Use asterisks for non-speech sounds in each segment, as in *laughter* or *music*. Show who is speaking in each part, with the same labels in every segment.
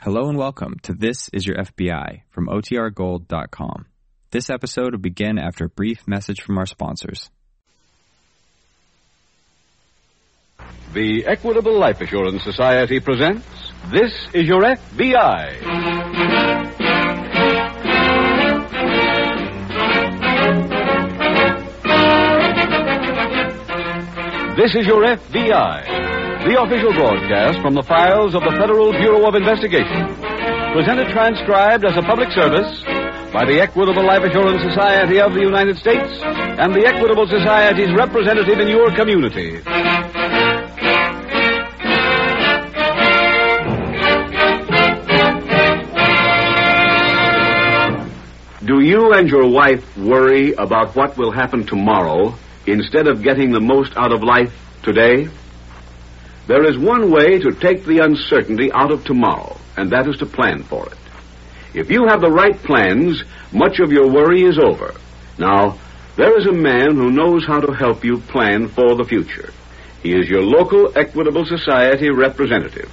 Speaker 1: Hello and welcome to This Is Your FBI from OTRGold.com. This episode will begin after a brief message from our sponsors.
Speaker 2: The Equitable Life Assurance Society presents This is Your FBI. This is Your FBI, the official broadcast from the files of the Federal Bureau of Investigation. Presented transcribed as a public service by the Equitable Life Assurance Society of the United States and the Equitable Society's representative in your community. Do you and your wife worry about what will happen tomorrow instead of getting the most out of life today? There is one way to take the uncertainty out of tomorrow, and that is to plan for it. If you have the right plans, much of your worry is over. Now, there is a man who knows how to help you plan for the future. He is your local Equitable Society representative.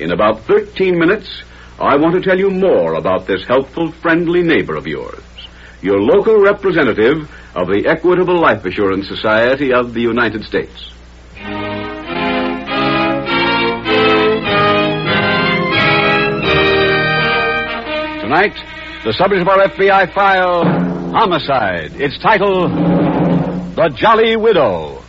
Speaker 2: In about 13 minutes, I want to tell you more about this helpful, friendly neighbor of yours, your local representative of the Equitable Life Assurance Society of the United States. Tonight, the subject of our FBI file, Homicide. Its title, The Jolly Widow.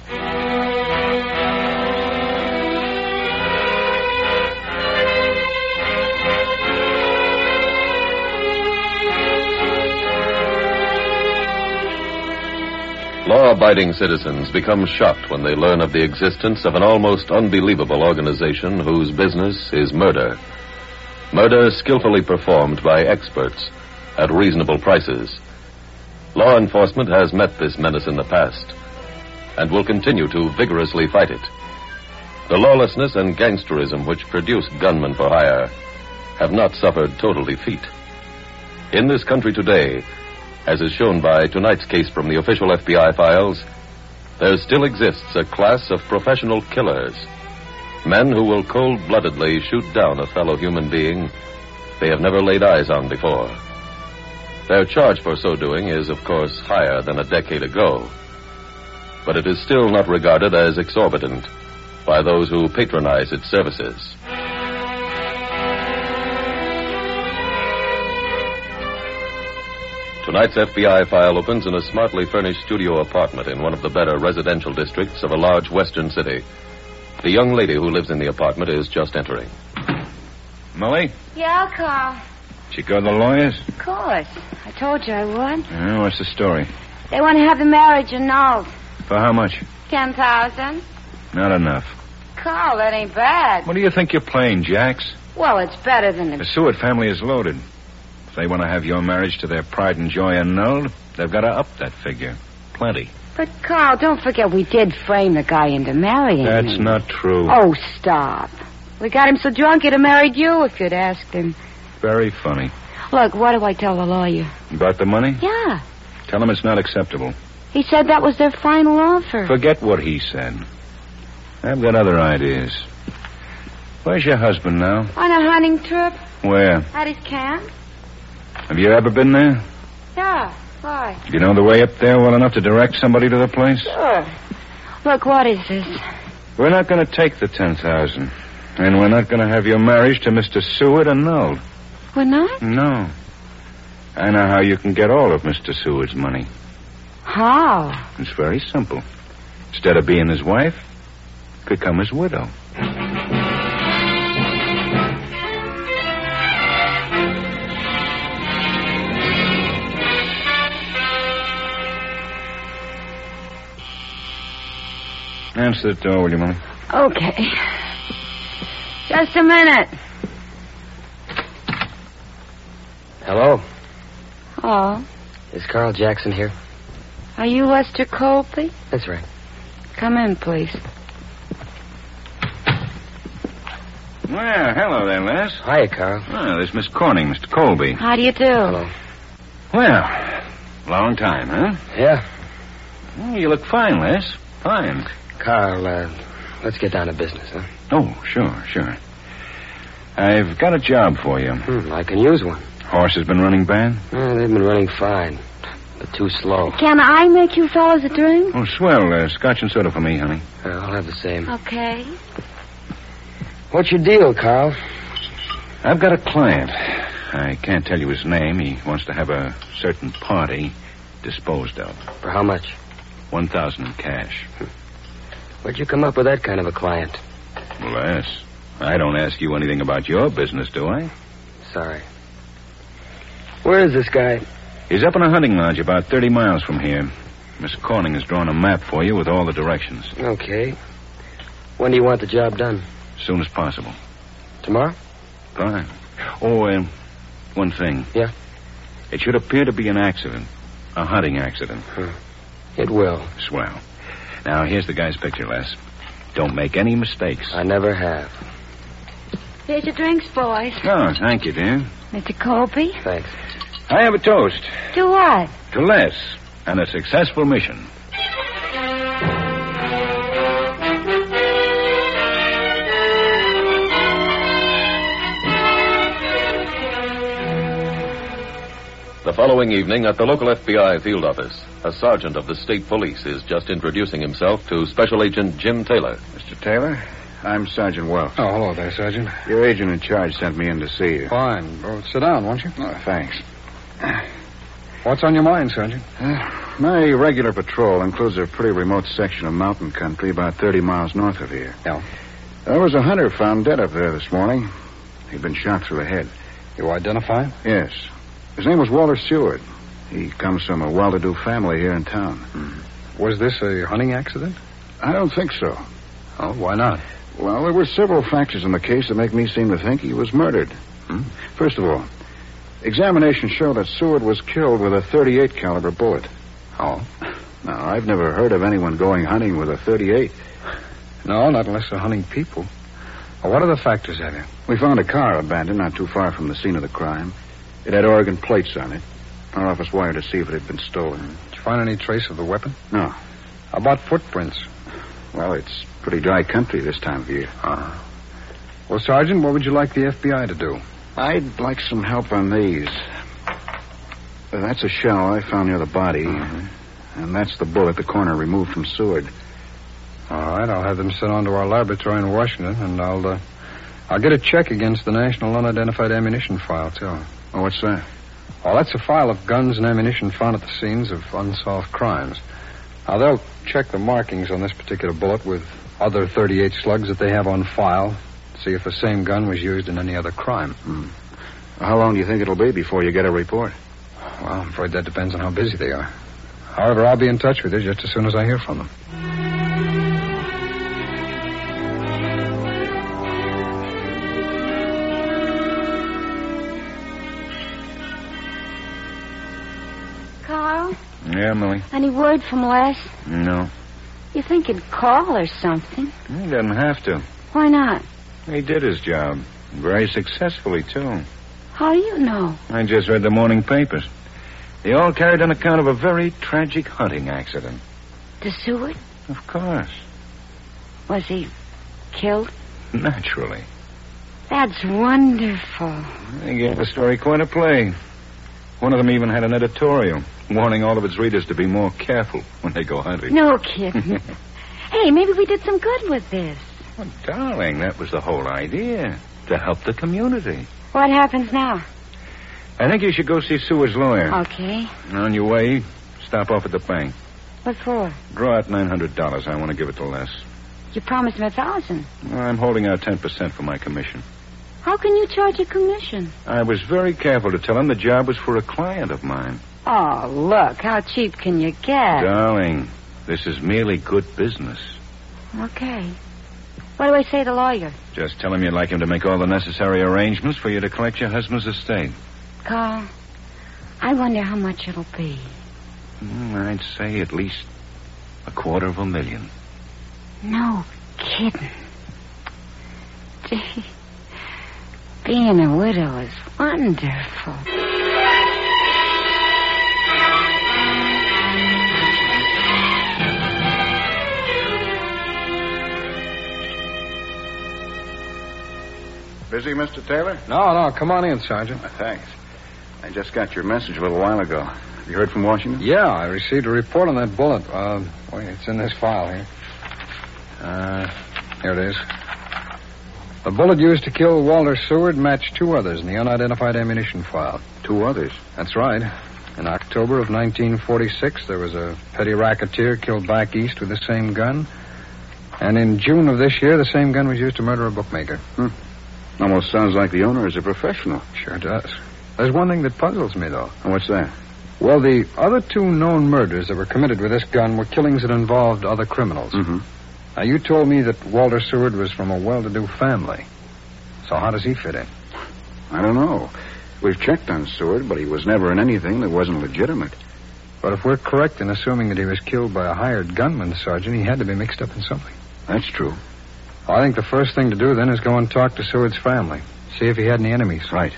Speaker 3: Law abiding citizens become shocked when they learn of the existence of an almost unbelievable organization whose business is murder. Murder skillfully performed by experts at reasonable prices. Law enforcement has met this menace in the past and will continue to vigorously fight it. The lawlessness and gangsterism which produced gunmen for hire have not suffered total defeat. In this country today, as is shown by tonight's case from the official FBI files, there still exists a class of professional killers. Men who will cold bloodedly shoot down a fellow human being they have never laid eyes on before. Their charge for so doing is, of course, higher than a decade ago. But it is still not regarded as exorbitant by those who patronize its services. Tonight's FBI file opens in a smartly furnished studio apartment in one of the better residential districts of a large western city. The young lady who lives in the apartment is just entering.
Speaker 4: Molly,
Speaker 5: Yeah, I'll call.
Speaker 4: did you go to the lawyers?
Speaker 5: Of course. I told you I would.
Speaker 4: Uh, what's the story?
Speaker 5: They want to have the marriage annulled.
Speaker 4: For how much?
Speaker 5: Ten thousand.
Speaker 4: Not enough.
Speaker 5: Call, that ain't bad.
Speaker 4: What do you think you're playing, Jax?
Speaker 5: Well, it's better than
Speaker 4: The
Speaker 5: the...
Speaker 4: Seward family is loaded. If they want to have your marriage to their pride and joy annulled, they've got to up that figure. Plenty.
Speaker 5: But, Carl, don't forget we did frame the guy into marrying
Speaker 4: That's
Speaker 5: me.
Speaker 4: not true.
Speaker 5: Oh, stop. We got him so drunk he'd have married you if you'd asked him.
Speaker 4: Very funny.
Speaker 5: Look, what do I tell the lawyer?
Speaker 4: About the money?
Speaker 5: Yeah.
Speaker 4: Tell them it's not acceptable.
Speaker 5: He said that was their final offer.
Speaker 4: Forget what he said. I've got other ideas. Where's your husband now?
Speaker 5: On a hunting trip?
Speaker 4: Where?
Speaker 5: At his camp?
Speaker 4: Have you ever been there?
Speaker 5: Yeah. Why?
Speaker 4: Do you know the way up there well enough to direct somebody to the place?
Speaker 5: Sure. Look, what is this?
Speaker 4: We're not going to take the ten thousand, and we're not going to have your marriage to Mister Seward annulled.
Speaker 5: We're not?
Speaker 4: No. I know how you can get all of Mister Seward's money.
Speaker 5: How?
Speaker 4: It's very simple. Instead of being his wife, could come his widow. Answer the door, will you, Molly?
Speaker 5: Okay. Just a minute.
Speaker 6: Hello,
Speaker 5: Oh,
Speaker 6: is Carl Jackson here?
Speaker 5: are you Lester Colby?
Speaker 6: That's right.
Speaker 5: Come in, please.
Speaker 4: Well, hello there, Les.
Speaker 6: Hiya, Carl.
Speaker 4: Oh, this is Miss Corning, Mr. Colby.
Speaker 5: How do you do?
Speaker 6: Hello.
Speaker 4: Well, long time, huh?
Speaker 6: Yeah,
Speaker 4: Well, you look fine, Les. Fine.
Speaker 6: Carl. Uh, let's get down to business, huh?
Speaker 4: Oh, sure, sure. I've got a job for you.
Speaker 6: Hmm, I can use one.
Speaker 4: Horse has been running bad?
Speaker 6: Eh, they've been running fine, but too slow.
Speaker 5: Can I make you fellas a drink?
Speaker 4: Oh, swell. Uh, scotch and soda for me, honey.
Speaker 6: Uh, I'll have the same.
Speaker 5: Okay.
Speaker 6: What's your deal, Carl?
Speaker 4: I've got a client. I can't tell you his name. He wants to have a certain party disposed of.
Speaker 6: For how much?
Speaker 4: 1000 in cash.
Speaker 6: Where'd you come up with that kind of a client?
Speaker 4: Less. I don't ask you anything about your business, do I?
Speaker 6: Sorry. Where is this guy?
Speaker 4: He's up in a hunting lodge about 30 miles from here. Miss Corning has drawn a map for you with all the directions.
Speaker 6: Okay. When do you want the job done?
Speaker 4: As soon as possible.
Speaker 6: Tomorrow?
Speaker 4: Fine. Oh, um, one thing.
Speaker 6: Yeah?
Speaker 4: It should appear to be an accident. A hunting accident.
Speaker 6: It will.
Speaker 4: Swell. Now, here's the guy's picture, Les. Don't make any mistakes.
Speaker 6: I never have.
Speaker 5: Here's your drinks, boys.
Speaker 4: Oh, thank you, dear.
Speaker 5: Mr. Colby?
Speaker 6: Thanks.
Speaker 4: I have a toast
Speaker 5: Do what?
Speaker 4: to Les and a successful mission.
Speaker 3: The following evening, at the local FBI field office, a sergeant of the state police is just introducing himself to Special Agent Jim Taylor.
Speaker 4: Mr. Taylor, I'm Sergeant Wells.
Speaker 7: Oh, hello there, Sergeant.
Speaker 4: Your agent in charge sent me in to see you.
Speaker 7: Fine. Well, sit down, won't you?
Speaker 4: Oh, thanks.
Speaker 7: What's on your mind, Sergeant?
Speaker 4: Uh, my regular patrol includes a pretty remote section of mountain country about 30 miles north of here.
Speaker 7: Yeah.
Speaker 4: There was a hunter found dead up there this morning. He'd been shot through the head.
Speaker 7: You identify?
Speaker 4: Yes. His name was Walter Seward. He comes from a well to do family here in town.
Speaker 7: Hmm. Was this a hunting accident?
Speaker 4: I don't think so.
Speaker 7: Oh, why not?
Speaker 4: Well, there were several factors in the case that make me seem to think he was murdered. Hmm? First of all, examination showed that Seward was killed with a 38 caliber bullet.
Speaker 7: Oh.
Speaker 4: Now, I've never heard of anyone going hunting with a 38.
Speaker 7: No, not unless they're hunting people. Well, what other factors have you?
Speaker 4: We found a car abandoned not too far from the scene of the crime. It had Oregon plates on it. Our office wired to see if it had been stolen.
Speaker 7: Did you find any trace of the weapon?
Speaker 4: No.
Speaker 7: How about footprints?
Speaker 4: Well, it's pretty dry country this time of year.
Speaker 7: Ah. Well, Sergeant, what would you like the FBI to do?
Speaker 4: I'd like some help on these. Uh, That's a shell I found near the body.
Speaker 7: Mm-hmm.
Speaker 4: And that's the bullet the coroner removed from Seward.
Speaker 7: All right, I'll have them sent on to our laboratory in Washington, and I'll, uh, I'll get a check against the National Unidentified Ammunition File, too.
Speaker 4: Oh, what's that?
Speaker 7: Well, that's a file of guns and ammunition found at the scenes of unsolved crimes. Now, they'll check the markings on this particular bullet with other 38 slugs that they have on file, see if the same gun was used in any other crime.
Speaker 4: Hmm. How long do you think it'll be before you get a report?
Speaker 7: Well, I'm afraid that depends on how busy they are. However, I'll be in touch with you just as soon as I hear from them.
Speaker 5: Carl?
Speaker 4: Yeah, Millie.
Speaker 5: Any word from Les?
Speaker 4: No.
Speaker 5: You think he'd call or something?
Speaker 4: He doesn't have to.
Speaker 5: Why not?
Speaker 4: He did his job. Very successfully, too.
Speaker 5: How do you know?
Speaker 4: I just read the morning papers. They all carried an account of a very tragic hunting accident.
Speaker 5: The Seward?
Speaker 4: Of course.
Speaker 5: Was he killed?
Speaker 4: Naturally.
Speaker 5: That's wonderful.
Speaker 4: They gave the story quite a play. One of them even had an editorial warning all of its readers to be more careful when they go hunting.
Speaker 5: No kidding. hey, maybe we did some good with this.
Speaker 4: Well, darling, that was the whole idea to help the community.
Speaker 5: What happens now?
Speaker 4: I think you should go see Seward's lawyer.
Speaker 5: Okay.
Speaker 4: And On your way, stop off at the bank.
Speaker 5: What for?
Speaker 4: Draw out $900. I want to give it to Les.
Speaker 5: You promised him a thousand.
Speaker 4: I'm holding out 10% for my commission.
Speaker 5: How can you charge a commission?
Speaker 4: I was very careful to tell him the job was for a client of mine.
Speaker 5: Oh, look, how cheap can you get?
Speaker 4: Darling, this is merely good business.
Speaker 5: Okay. What do I say to lawyer?
Speaker 4: Just tell him you'd like him to make all the necessary arrangements for you to collect your husband's estate.
Speaker 5: Carl, I wonder how much it'll be.
Speaker 4: Mm, I'd say at least a quarter of a million.
Speaker 5: No kidding. Gee, being a widow is wonderful.
Speaker 4: Busy, Mr. Taylor?
Speaker 7: No, no, come on in, Sergeant.
Speaker 4: Thanks. I just got your message a little while ago. Have you heard from Washington?
Speaker 7: Yeah, I received a report on that bullet. Uh, wait, it's in this file here. Uh, here it is. The bullet used to kill Walter Seward matched two others in the unidentified ammunition file.
Speaker 4: Two others.
Speaker 7: That's right. In October of 1946, there was a petty racketeer killed back east with the same gun. And in June of this year, the same gun was used to murder a bookmaker.
Speaker 4: Almost sounds like the owner is a professional.
Speaker 7: Sure does. There's one thing that puzzles me, though.
Speaker 4: And What's that?
Speaker 7: Well, the other two known murders that were committed with this gun were killings that involved other criminals.
Speaker 4: Mm-hmm.
Speaker 7: Now, you told me that Walter Seward was from a well to do family. So, how does he fit in?
Speaker 4: I don't know. We've checked on Seward, but he was never in anything that wasn't legitimate.
Speaker 7: But if we're correct in assuming that he was killed by a hired gunman, Sergeant, he had to be mixed up in something.
Speaker 4: That's true.
Speaker 7: I think the first thing to do then is go and talk to Seward's family, see if he had any enemies.
Speaker 4: Right.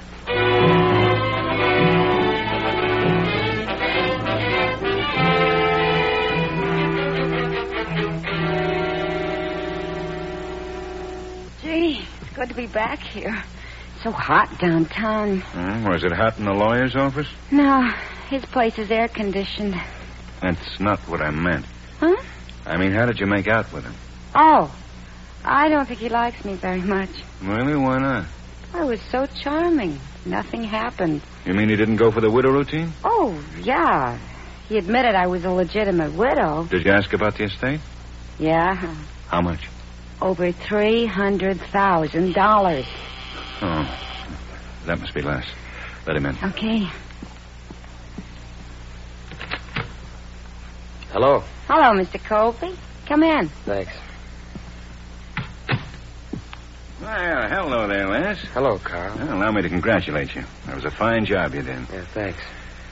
Speaker 5: Gee, it's good to be back here. So hot downtown.
Speaker 4: Hmm, was it hot in the lawyer's office?
Speaker 5: No, his place is air conditioned.
Speaker 4: That's not what I meant.
Speaker 5: Huh?
Speaker 4: I mean, how did you make out with him?
Speaker 5: Oh, I don't think he likes me very much.
Speaker 4: Really? Why not?
Speaker 5: I was so charming. Nothing happened.
Speaker 4: You mean he didn't go for the widow routine?
Speaker 5: Oh, yeah. He admitted I was a legitimate widow.
Speaker 4: Did you ask about the estate?
Speaker 5: Yeah.
Speaker 4: How much?
Speaker 5: Over $300,000.
Speaker 4: Oh, that must be less. Let him in.
Speaker 5: Okay.
Speaker 6: Hello.
Speaker 5: Hello, Mr. Colby. Come in.
Speaker 6: Thanks.
Speaker 4: Well, hello there, Les.
Speaker 6: Hello, Carl.
Speaker 4: Well, allow me to congratulate you. That was a fine job you did.
Speaker 6: Yeah, thanks.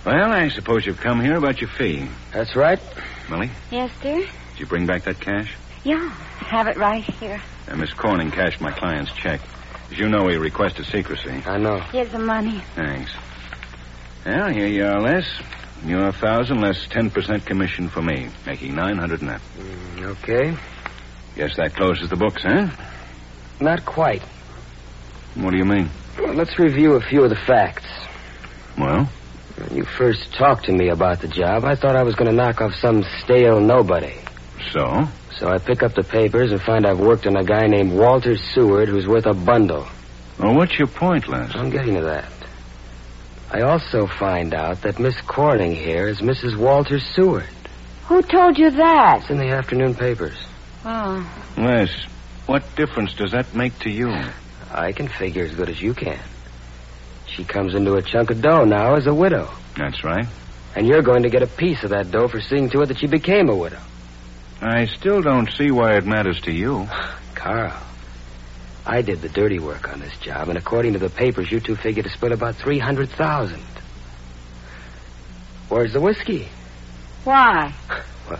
Speaker 4: Well, I suppose you've come here about your fee.
Speaker 6: That's right.
Speaker 4: Millie,
Speaker 5: Yes, dear?
Speaker 4: did you bring back that cash?
Speaker 5: Yeah. Have it right here.
Speaker 4: Uh, Miss Corning cashed my client's check. As you know, he requested secrecy.
Speaker 6: I know.
Speaker 5: Here's the money.
Speaker 4: Thanks. Well, here you are, Les. You're a thousand less ten percent commission for me, making nine hundred and that.
Speaker 6: Mm, okay.
Speaker 4: Guess that closes the books, huh?
Speaker 6: Not quite.
Speaker 4: What do you mean?
Speaker 6: Well, let's review a few of the facts.
Speaker 4: Well,
Speaker 6: When you first talked to me about the job, I thought I was going to knock off some stale nobody.
Speaker 4: so
Speaker 6: So I pick up the papers and find I've worked on a guy named Walter Seward who's worth a bundle.
Speaker 4: Well, what's your point, Les?
Speaker 6: I'm getting to that. I also find out that Miss Corning here is Mrs. Walter Seward.
Speaker 5: Who told you that?
Speaker 6: It's in the afternoon papers.
Speaker 5: Oh,
Speaker 4: Les, what difference does that make to you?
Speaker 6: I can figure as good as you can. She comes into a chunk of dough now as a widow.
Speaker 4: That's right.
Speaker 6: And you're going to get a piece of that dough for seeing to it that she became a widow.
Speaker 4: I still don't see why it matters to you.
Speaker 6: Carl, I did the dirty work on this job, and according to the papers, you two figure to split about 300000 Where's the whiskey?
Speaker 5: why?
Speaker 6: Well,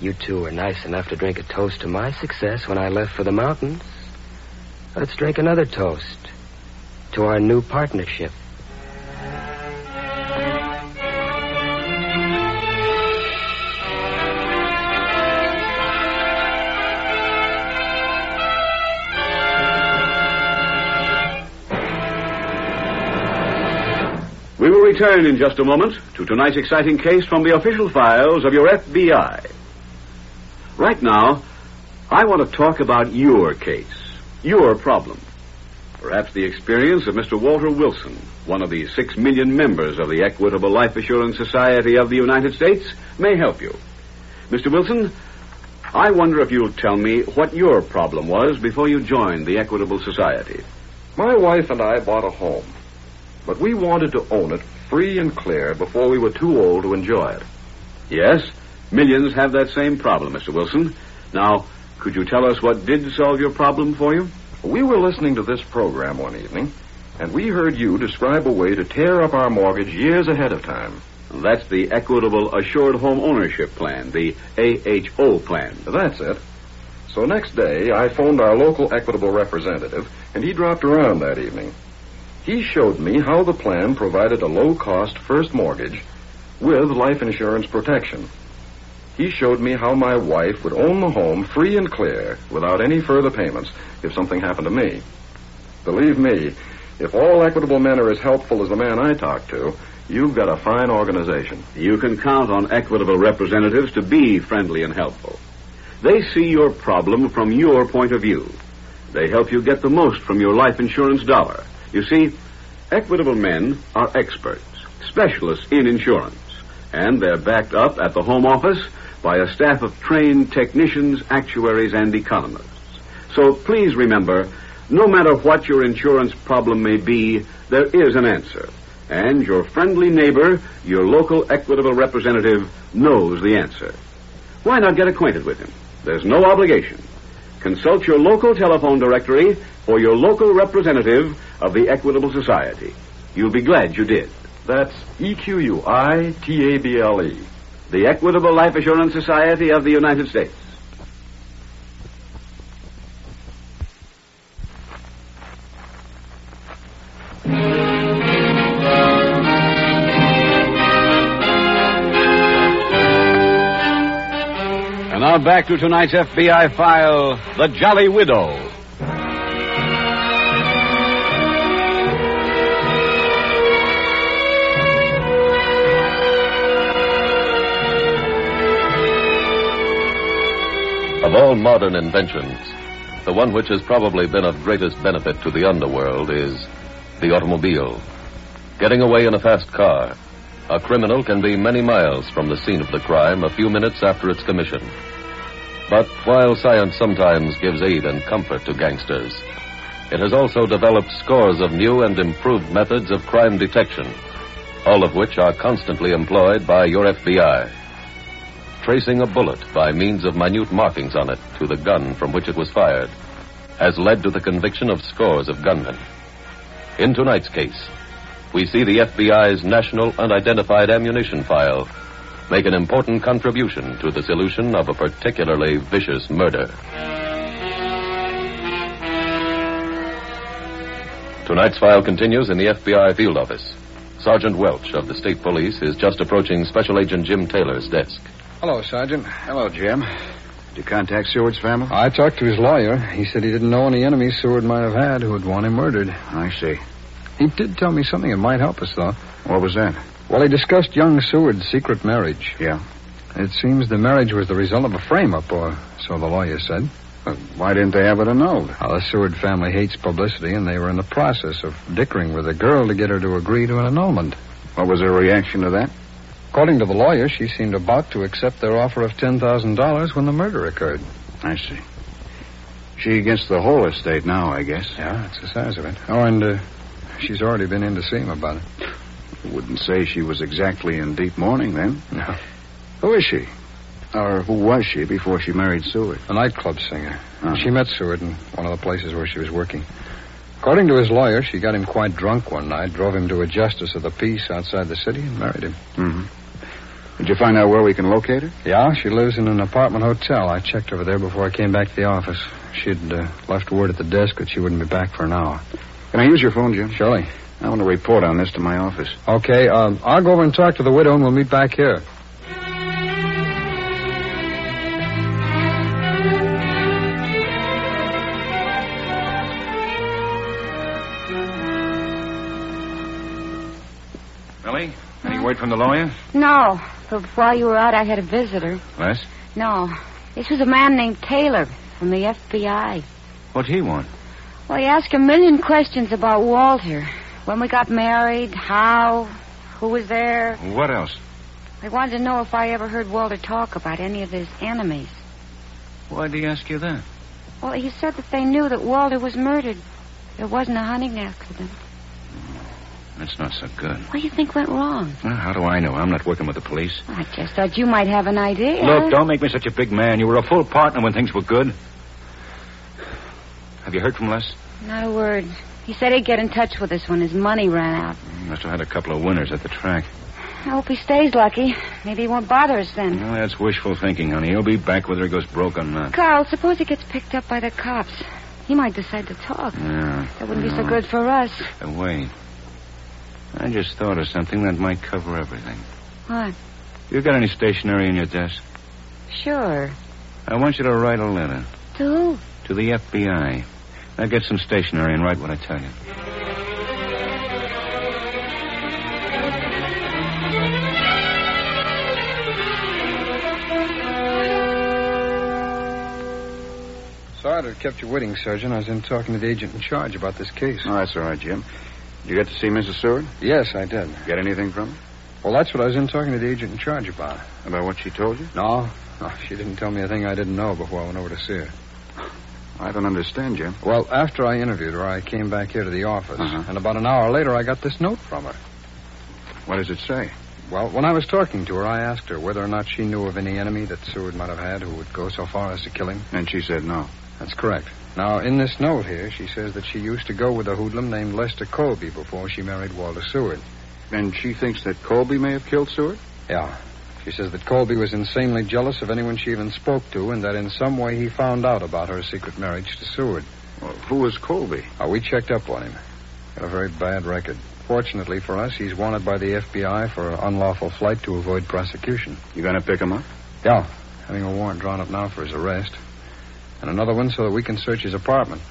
Speaker 6: you two were nice enough to drink a toast to my success when I left for the mountains. Let's drink another toast to our new partnership.
Speaker 2: We will return in just a moment to tonight's exciting case from the official files of your FBI. Right now, I want to talk about your case, your problem. Perhaps the experience of Mr. Walter Wilson, one of the six million members of the Equitable Life Assurance Society of the United States, may help you. Mr. Wilson, I wonder if you'll tell me what your problem was before you joined the Equitable Society.
Speaker 8: My wife and I bought a home, but we wanted to own it free and clear before we were too old to enjoy it.
Speaker 2: Yes, millions have that same problem, Mr. Wilson. Now, could you tell us what did solve your problem for you?
Speaker 8: We were listening to this program one evening, and we heard you describe a way to tear up our mortgage years ahead of time.
Speaker 2: That's the Equitable Assured Home Ownership Plan, the AHO plan.
Speaker 8: That's it. So next day, I phoned our local Equitable representative, and he dropped around that evening. He showed me how the plan provided a low cost first mortgage with life insurance protection. He showed me how my wife would own the home free and clear without any further payments if something happened to me.
Speaker 9: Believe me, if all equitable men are as helpful as the man I talked to, you've got a fine organization.
Speaker 10: You can count on equitable representatives to be friendly and helpful. They see your problem from your point of view. They help you get the most from your life insurance dollar. You see, equitable men are experts, specialists in insurance, and they're backed up at the home office by a staff of trained technicians, actuaries, and economists. So please remember, no matter what your insurance problem may be, there is an answer. And your friendly neighbor, your local equitable representative, knows the answer. Why not get acquainted with him? There's no obligation. Consult your local telephone directory for your local representative of the Equitable Society. You'll be glad you did.
Speaker 9: That's E Q U I T A B L E.
Speaker 10: The Equitable Life Assurance Society of the United States. And now back to tonight's FBI file The Jolly Widow.
Speaker 3: Of all modern inventions, the one which has probably been of greatest benefit to the underworld is the automobile. Getting away in a fast car, a criminal can be many miles from the scene of the crime a few minutes after its commission. But while science sometimes gives aid and comfort to gangsters, it has also developed scores of new and improved methods of crime detection, all of which are constantly employed by your FBI tracing a bullet by means of minute markings on it to the gun from which it was fired has led to the conviction of scores of gunmen. In tonight's case, we see the FBI's National Unidentified Ammunition File make an important contribution to the solution of a particularly vicious murder. Tonight's file continues in the FBI field office. Sergeant Welch of the State Police is just approaching Special Agent Jim Taylor's desk.
Speaker 4: Hello, Sergeant.
Speaker 11: Hello, Jim. Did you contact Seward's family?
Speaker 4: I talked to his lawyer. He said he didn't know any enemies Seward might have had who would want him murdered.
Speaker 11: I see.
Speaker 4: He did tell me something that might help us, though.
Speaker 11: What was that?
Speaker 4: Well, he discussed young Seward's secret marriage.
Speaker 11: Yeah.
Speaker 4: It seems the marriage was the result of a frame-up, or so the lawyer said.
Speaker 11: Well, why didn't they have it annulled?
Speaker 4: Now, the Seward family hates publicity, and they were in the process of dickering with the girl to get her to agree to an annulment.
Speaker 11: What was her reaction to that?
Speaker 4: According to the lawyer, she seemed about to accept their offer of $10,000 when the murder occurred.
Speaker 11: I see. She against the whole estate now, I guess.
Speaker 4: Yeah, that's the size of it. Oh, and uh, she's already been in to see him about it.
Speaker 11: Wouldn't say she was exactly in deep mourning then.
Speaker 4: No.
Speaker 11: Who is she? Or who was she before she married Seward? Uh-huh.
Speaker 4: A nightclub singer.
Speaker 11: Huh.
Speaker 4: She met Seward in one of the places where she was working. According to his lawyer, she got him quite drunk one night, drove him to a justice of the peace outside the city, and married him.
Speaker 11: Mm-hmm. Did you find out where we can locate her?
Speaker 4: Yeah, she lives in an apartment hotel. I checked over there before I came back to the office. She'd uh, left word at the desk that she wouldn't be back for an hour.
Speaker 11: Can I use your phone, Jim?
Speaker 4: Surely.
Speaker 11: I want to report on this to my office.
Speaker 4: Okay, um, I'll go over and talk to the widow, and we'll meet back here.
Speaker 12: Millie, any word from the lawyer?
Speaker 5: No, but while you were out, I had a visitor.
Speaker 12: Les?
Speaker 5: No, this was a man named Taylor from the FBI.
Speaker 12: What'd he want?
Speaker 5: Well, he asked a million questions about Walter. When we got married, how, who was there.
Speaker 12: What else?
Speaker 5: I wanted to know if I ever heard Walter talk about any of his enemies.
Speaker 12: Why'd he ask you that?
Speaker 5: Well, he said that they knew that Walter was murdered. It wasn't a hunting accident.
Speaker 12: That's not so good.
Speaker 5: What do you think went wrong?
Speaker 12: Well, how do I know? I'm not working with the police.
Speaker 5: I just thought you might have an idea.
Speaker 12: Look, don't make me such a big man. You were a full partner when things were good. Have you heard from Les?
Speaker 5: Not a word. He said he'd get in touch with us when his money ran out.
Speaker 12: He must have had a couple of winners at the track.
Speaker 5: I hope he stays lucky. Maybe he won't bother us then.
Speaker 12: Well, that's wishful thinking, honey. He'll be back whether he goes broke or not.
Speaker 5: Carl, suppose he gets picked up by the cops. He might decide to talk.
Speaker 12: Yeah.
Speaker 5: That wouldn't be so
Speaker 12: No.
Speaker 5: good for us.
Speaker 12: Uh, Wait. I just thought of something that might cover everything.
Speaker 5: What?
Speaker 12: You got any stationery in your desk?
Speaker 5: Sure.
Speaker 12: I want you to write a letter
Speaker 5: To who?
Speaker 12: to the FBI.
Speaker 13: Now get some stationery and write what I tell you.
Speaker 4: Sorry to have kept you waiting, Sergeant. I was in talking to the agent in charge about this case.
Speaker 14: Oh, that's all right, Jim. Did you get to see Mrs. Seward?
Speaker 4: Yes, I did.
Speaker 14: Get anything from her?
Speaker 4: Well, that's what I was in talking to the agent in charge about.
Speaker 14: About what she told you?
Speaker 4: No, no, she didn't tell me a thing I didn't know before I went over to see her.
Speaker 14: I don't understand, Jim.
Speaker 4: Well, after I interviewed her, I came back here to the office,
Speaker 14: Uh-huh.
Speaker 4: and about an hour later, I got this note from her.
Speaker 14: What does it say?
Speaker 4: Well, when I was talking to her, I asked her whether or not she knew of any enemy that Seward might have had who would go so far as to kill him.
Speaker 14: And she said no.
Speaker 4: That's correct. Now, in this note here, she says that she used to go with a hoodlum named Lester Colby before she married Walter Seward.
Speaker 14: And she thinks that Colby may have killed Seward?
Speaker 4: Yeah. She says that Colby was insanely jealous of anyone she even spoke to, and that in some way he found out about her secret marriage to Seward.
Speaker 14: Well, who was Colby?
Speaker 4: Uh, we checked up on him. Got a very bad record. Fortunately for us, he's wanted by the FBI for unlawful flight to avoid prosecution.
Speaker 14: You gonna pick him up?
Speaker 4: Yeah. Having a warrant drawn up now for his arrest. And another one so that we can search his apartment.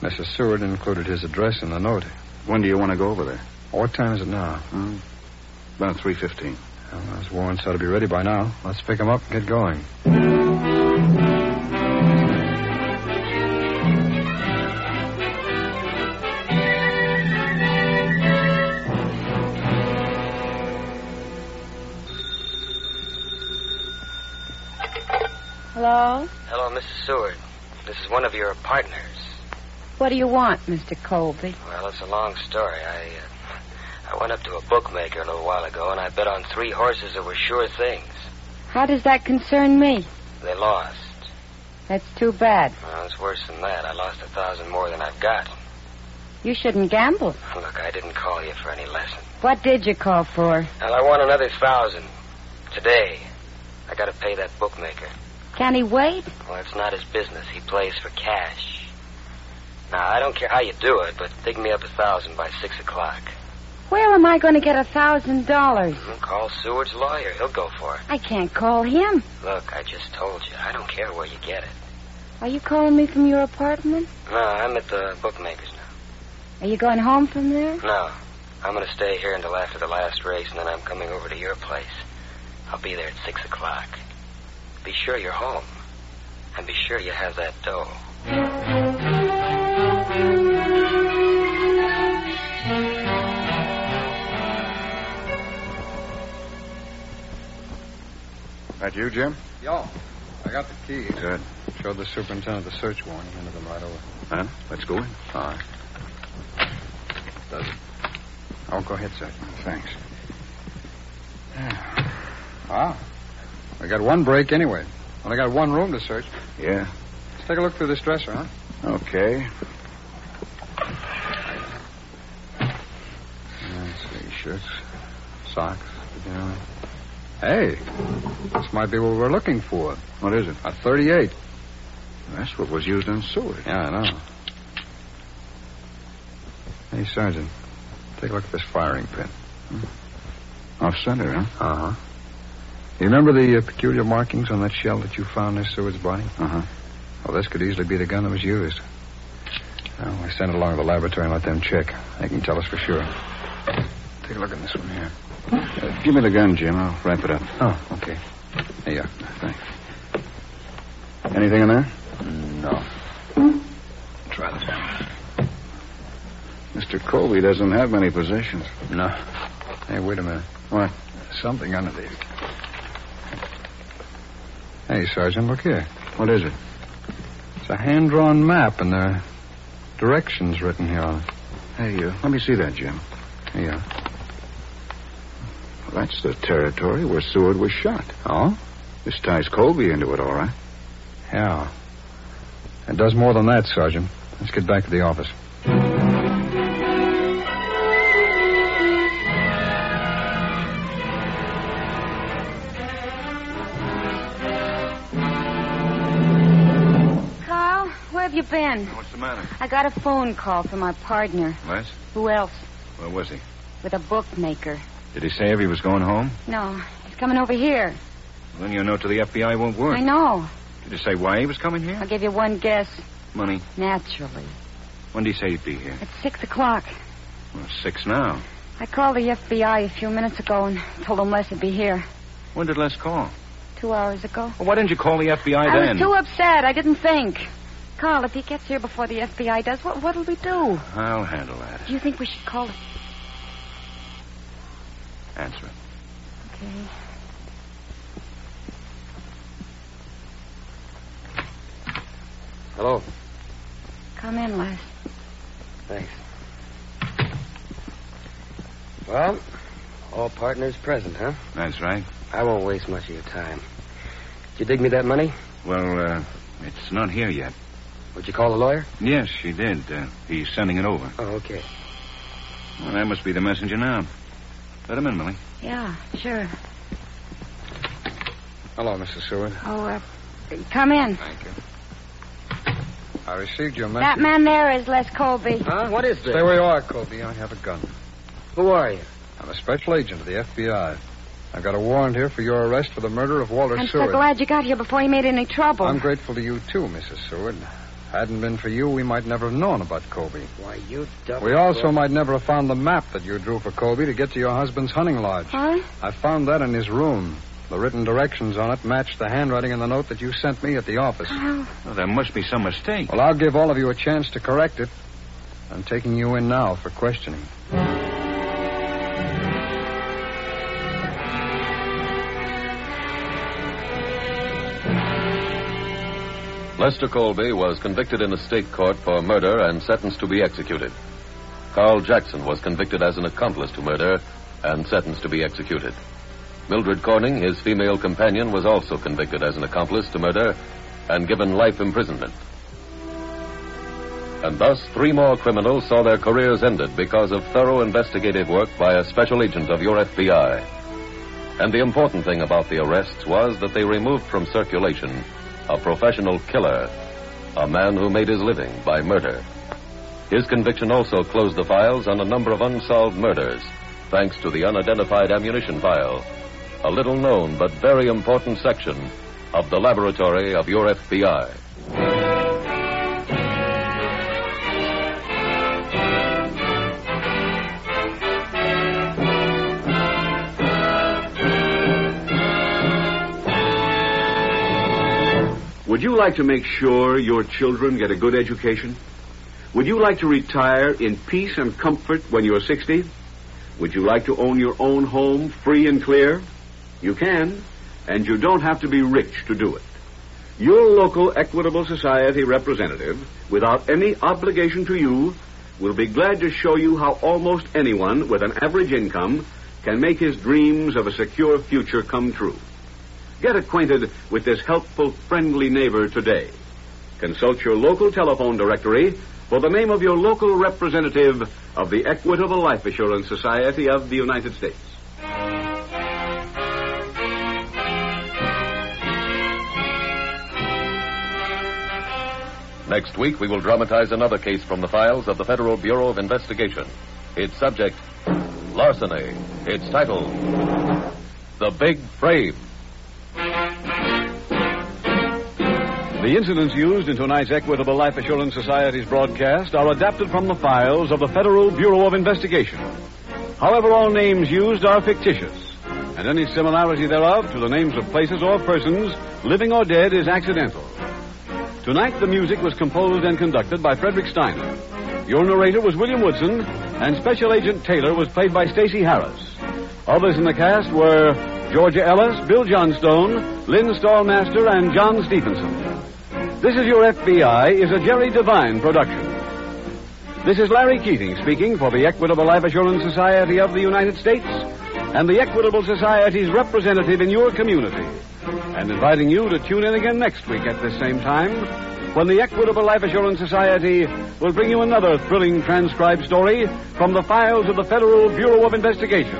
Speaker 4: Mrs. Seward included his address in the note.
Speaker 14: When do you want to go over there?
Speaker 4: What time is it now?
Speaker 14: Hmm? About three fifteen.
Speaker 4: Well, those warrants ought to be ready by now. Let's pick them up and get going.
Speaker 5: Hello?
Speaker 6: Hello, Mrs. Seward. This is one of your partners.
Speaker 5: What do you want, Mr. Colby?
Speaker 6: Well, it's a long story. I uh, I went up to a bookmaker a little while ago, and I bet on three horses that were sure things.
Speaker 5: How does that concern me?
Speaker 6: They lost.
Speaker 5: That's too bad.
Speaker 6: Well, it's worse than that. I lost a thousand more than I've got.
Speaker 5: You shouldn't gamble.
Speaker 6: Look, I didn't call you for any lesson.
Speaker 5: What did you call for?
Speaker 6: Well, I want another thousand today. I got to pay that bookmaker.
Speaker 5: Can he wait?
Speaker 6: Well, it's not his business. He plays for cash. Now, I don't care how you do it, but dig me up a thousand by six o'clock.
Speaker 5: Where am I going to get a thousand dollars?
Speaker 6: Hmm, Call Seward's lawyer. He'll go for it.
Speaker 5: I can't call him.
Speaker 6: Look, I just told you. I don't care where you get it.
Speaker 5: Are you calling me from your apartment?
Speaker 6: No, I'm at the bookmaker's now.
Speaker 5: Are you going home from there?
Speaker 6: No, I'm going to stay here until after the last race, and then I'm coming over to your place. I'll be there at six o'clock. Be sure you're home, and be sure you have that dough.
Speaker 14: That you, Jim?
Speaker 4: Yeah. I got the keys.
Speaker 14: Good.
Speaker 4: Showed the superintendent the search warrant. Handed them right over.
Speaker 14: Huh? Let's go in.
Speaker 4: All right. Does it? Oh, go ahead, sir. Thanks. *sighs* Ah. We got one break anyway. Only got one room to search.
Speaker 14: Yeah.
Speaker 4: Let's take a look through this dresser, huh?
Speaker 14: Okay.
Speaker 4: Let's see. Shirts, socks. Pajamas. Hey, this might be what we're looking for.
Speaker 14: What is it?
Speaker 4: A 38.
Speaker 14: That's what was used in Seward.
Speaker 4: Yeah, I know. Hey, Sergeant, take a look at this firing pin.
Speaker 14: Off center, huh?
Speaker 4: Uh huh. You remember the uh, peculiar markings on that shell that you found near Seward's body?
Speaker 14: Uh huh.
Speaker 4: Well, this could easily be the gun that was used. Well, we send it along to the laboratory and let them check. They can tell us for sure. Take a look at this one here.
Speaker 14: Uh, give me the gun, Jim. I'll wrap it up.
Speaker 4: Oh, okay. Here you are.
Speaker 14: Thanks. Anything in there?
Speaker 4: No. Try this one.
Speaker 14: Mr. Colby doesn't have many possessions.
Speaker 4: No. Hey, wait a minute.
Speaker 14: What?
Speaker 4: Something under these. Hey, Sergeant, look here.
Speaker 14: What is it?
Speaker 4: It's a hand drawn map and there are directions written here on it.
Speaker 14: Hey, you. Let me see that, Jim.
Speaker 4: Here you are.
Speaker 14: That's the territory where Seward was shot.
Speaker 4: Oh?
Speaker 14: This ties Colby into it, all right.
Speaker 4: Yeah. It does more than that, Sergeant. Let's get back to the office.
Speaker 5: Carl, where have you been?
Speaker 14: What's the matter?
Speaker 5: I got a phone call from our partner.
Speaker 14: Les?
Speaker 5: Who else?
Speaker 14: Where was he?
Speaker 5: With a bookmaker.
Speaker 14: Did he say if he was going home?
Speaker 5: No, he's coming over here.
Speaker 14: Then your note to the FBI won't work.
Speaker 5: I know.
Speaker 14: Did he say why he was coming here?
Speaker 5: I'll give you one guess.
Speaker 14: Money.
Speaker 5: Naturally.
Speaker 15: When do you say you'd be here?
Speaker 5: It's six o'clock.
Speaker 15: Well, six now.
Speaker 5: I called the FBI a few minutes ago and told them Les would be here
Speaker 15: When did Les call?
Speaker 5: two hours ago.
Speaker 15: Well, why didn't you call the FBI
Speaker 5: I
Speaker 15: then?
Speaker 5: was too upset. I didn't think. Carl, if he gets here before the FBI does, what what'll we do?
Speaker 15: I'll handle that.
Speaker 5: Do you think we should call? it?
Speaker 15: Answer it.
Speaker 5: Okay.
Speaker 16: Hello.
Speaker 5: Come in, Les.
Speaker 6: Thanks. Well, all partners present, huh?
Speaker 15: That's right.
Speaker 6: I won't waste much of your time. Did you dig me that money?
Speaker 15: Well, uh, it's not here yet.
Speaker 6: Would you call a lawyer?
Speaker 15: Yes, she did. Uh, he's sending it over.
Speaker 6: Oh, okay.
Speaker 15: Well, that must be the messenger now. Let him in, Millie.
Speaker 5: Yeah, sure.
Speaker 16: Hello, Mrs. Seward.
Speaker 5: Oh, uh, come in.
Speaker 16: Thank you. I received your message.
Speaker 5: That man there is Les Colby.
Speaker 6: Huh? What is this?
Speaker 16: Stay where you are, Colby. I have a gun.
Speaker 6: Who are you?
Speaker 16: I'm a special agent of the FBI. I've got a warrant here for your arrest for the murder of Walter
Speaker 5: I'm so
Speaker 16: Seward.
Speaker 5: glad you got here before you made any trouble.
Speaker 16: I'm grateful to you, too, Mrs. Seward. Hadn't been for you, we might never have known about Colby.
Speaker 6: Why, you double.
Speaker 16: We also might never have found the map that you drew for Colby to get to your husband's hunting lodge.
Speaker 5: Huh?
Speaker 16: I found that in his room. The written directions on it matched the handwriting in the note that you sent me at the office.
Speaker 15: Well, there must be some mistake.
Speaker 16: Well, I'll give all of you a chance to correct it. I'm taking you in now for questioning.
Speaker 3: Lester Colby was convicted in a state court for murder and sentenced to be executed. Carl Jackson was convicted as an accomplice to murder and sentenced to be executed. Mildred Corning, his female companion, was also convicted as an accomplice to murder and given life imprisonment. And thus, three more criminals saw their careers ended because of thorough investigative work by a special agent of your FBI. And the important thing about the arrests was that they removed from circulation a professional killer, a man who made his living by murder. His conviction also closed the files on a number of unsolved murders, thanks to the unidentified ammunition file, a little known but very important section of the laboratory of your FBI.
Speaker 4: Would you like to make sure your children get a good education? Would you like to retire in peace and comfort when you're 60? Would you like to own your own home free and clear? You can, and you don't have to be rich to do it. Your local Equitable Society representative, without any obligation to you, will be glad to show you how almost anyone with an average income can make his dreams of a secure future come true. Get acquainted with this helpful, friendly neighbor today. Consult your local telephone directory for the name of your local representative of the Equitable Life Assurance Society of the United States.
Speaker 3: Next week, we will dramatize another case from the files of the Federal Bureau of Investigation. Its subject, larceny. Its title, The Big Frame.
Speaker 4: The incidents used in tonight's Equitable Life Assurance Society's broadcast are adapted from the files of the Federal Bureau of Investigation. However, all names used are fictitious, and any similarity thereof to the names of places or persons, living or dead, is accidental. Tonight, the music was composed and conducted by Frederick Steiner. Your narrator was William Woodson, and Special Agent Taylor was played by Stacey Harris. Others in the cast were Georgia Ellis, Bill Johnstone, Lynn Stallmaster, and John Stevenson. This is Your FBI is a Jerry Devine production. This is Larry Keating speaking for the Equitable Life Assurance Society of the United States and the Equitable Society's representative in your community, and inviting you to tune in again next week at this same time when the Equitable Life Assurance Society will bring you another thrilling transcribed story from the files of the Federal Bureau of Investigation.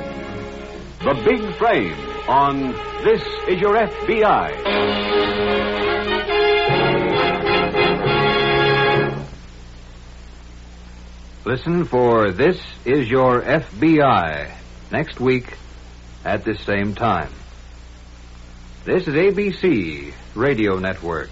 Speaker 4: The Big Frame on This Is Your FBI.
Speaker 17: Listen for This Is Your FBI next week at this same time. This is ABC Radio Network.